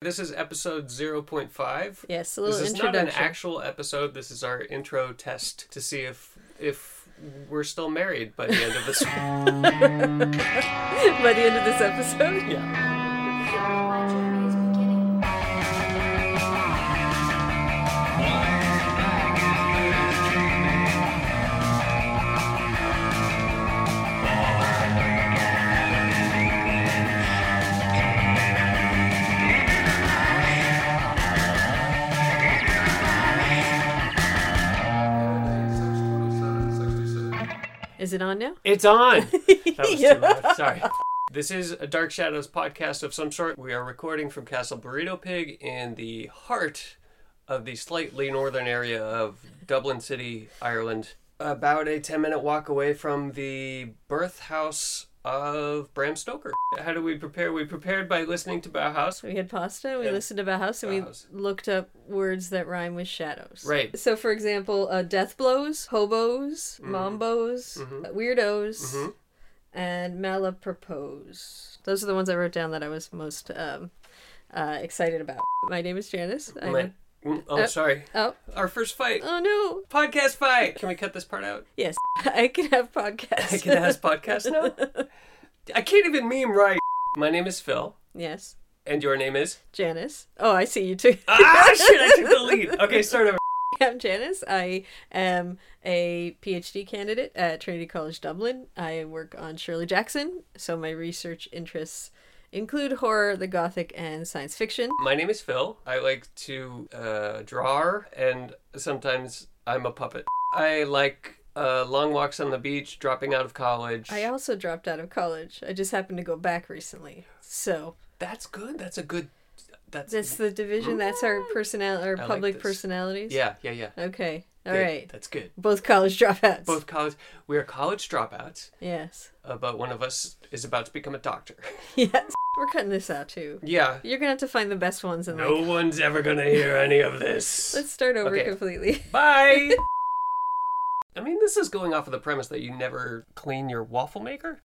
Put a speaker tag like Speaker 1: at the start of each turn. Speaker 1: This is episode 0.5. This
Speaker 2: Yes, a little
Speaker 1: is not
Speaker 2: introduction.
Speaker 1: an actual episode. This is our intro test to see if if we're still married by the end of this.
Speaker 2: By the end of this episode,
Speaker 1: yeah.
Speaker 3: My journey is beginning.
Speaker 2: is it on now?
Speaker 1: It's on. That was
Speaker 2: Yeah.
Speaker 1: too loud. Sorry. This is a Dark Shadows podcast of some sort. We are recording from Castle Burrito Pig in the heart of the slightly northern area of Dublin City, Ireland. About a 10 minute walk away from the birth house of Bram Stoker. How do we prepare? We prepared by listening to Bauhaus.
Speaker 2: We had pasta. We
Speaker 1: Yeah.
Speaker 2: listened to Bauhaus, and we
Speaker 1: Bauhaus.
Speaker 2: looked up words that rhyme with shadows.
Speaker 1: Right. Mm-hmm.
Speaker 2: So, for example, uh, death blows, hobos, mombos, uh, weirdos, and malapropos. Those are the ones I wrote down that I was most um, uh, excited about. My name is Janice. I'm-
Speaker 1: My- Mm, oh,
Speaker 2: Uh,
Speaker 1: sorry.
Speaker 2: oh,
Speaker 1: Our first fight.
Speaker 2: oh no.
Speaker 1: Podcast fight. Can we cut this part out?
Speaker 2: Yes, I can have podcasts.
Speaker 1: I can ask podcast now. I can't even meme right. My name is Phil,
Speaker 2: yes,
Speaker 1: and your name is.
Speaker 2: Janice. Oh, I see you too.
Speaker 1: Ah, shit! I took the lead. Okay, start over.
Speaker 2: I'm Janice. I am a PhD candidate at Trinity College Dublin. I work on Shirley Jackson, so my research interests include horror, the gothic, and science fiction.
Speaker 1: My name is Phil. I like to uh, draw, and sometimes I'm a puppet. I like uh, long walks on the beach, dropping out of college.
Speaker 2: I also dropped out of college. I just happened to go back recently. So
Speaker 1: That's good. That's a good. That's,
Speaker 2: that's the division. That's our personal, our
Speaker 1: like
Speaker 2: public
Speaker 1: this.
Speaker 2: personalities.
Speaker 1: yeah, yeah, yeah.
Speaker 2: Okay. All
Speaker 1: Good.
Speaker 2: right.
Speaker 1: That's good.
Speaker 2: Both college dropouts.
Speaker 1: Both college. We are college dropouts,
Speaker 2: Yes.
Speaker 1: uh, but one of us is about to become a doctor.
Speaker 2: Yes. We're cutting this out too.
Speaker 1: yeah.
Speaker 2: You're gonna have to find the best ones and
Speaker 1: No
Speaker 2: like
Speaker 1: one's ever gonna hear any of this.
Speaker 2: let's start over
Speaker 1: Okay.
Speaker 2: completely.
Speaker 1: Bye. I mean, this is going off of the premise that you never clean your waffle maker.